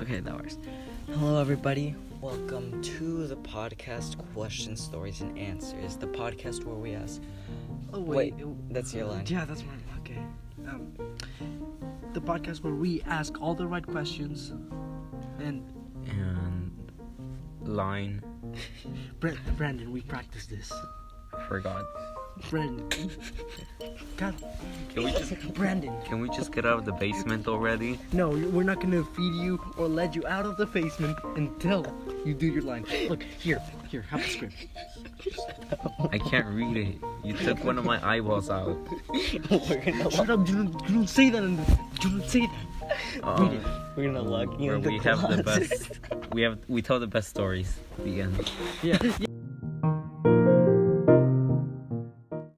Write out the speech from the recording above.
Okay, that works. Hello, everybody. Welcome to the podcast Questions, Stories, and Answers, the podcast where we ask. Oh Wait, wait, that's your line. yeah, that's mine. Okay. Um, the podcast where we ask all the right questions, and and line Brent, Brandon, we practice this. forgot. Brandon, God, Can we just Brandon. can we just get out of the basement already? No, we're not gonna feed you or let you out of the basement until you do your line. Look here, here, have the script. I can't read it. You took one of my eyeballs out. we're gonna Shut up! You don't, you don't say that. In the, you don't say that. Um, Uh, we're gonna log in where the we have the closet. best. We have we tell the best stories. The end. Yeah.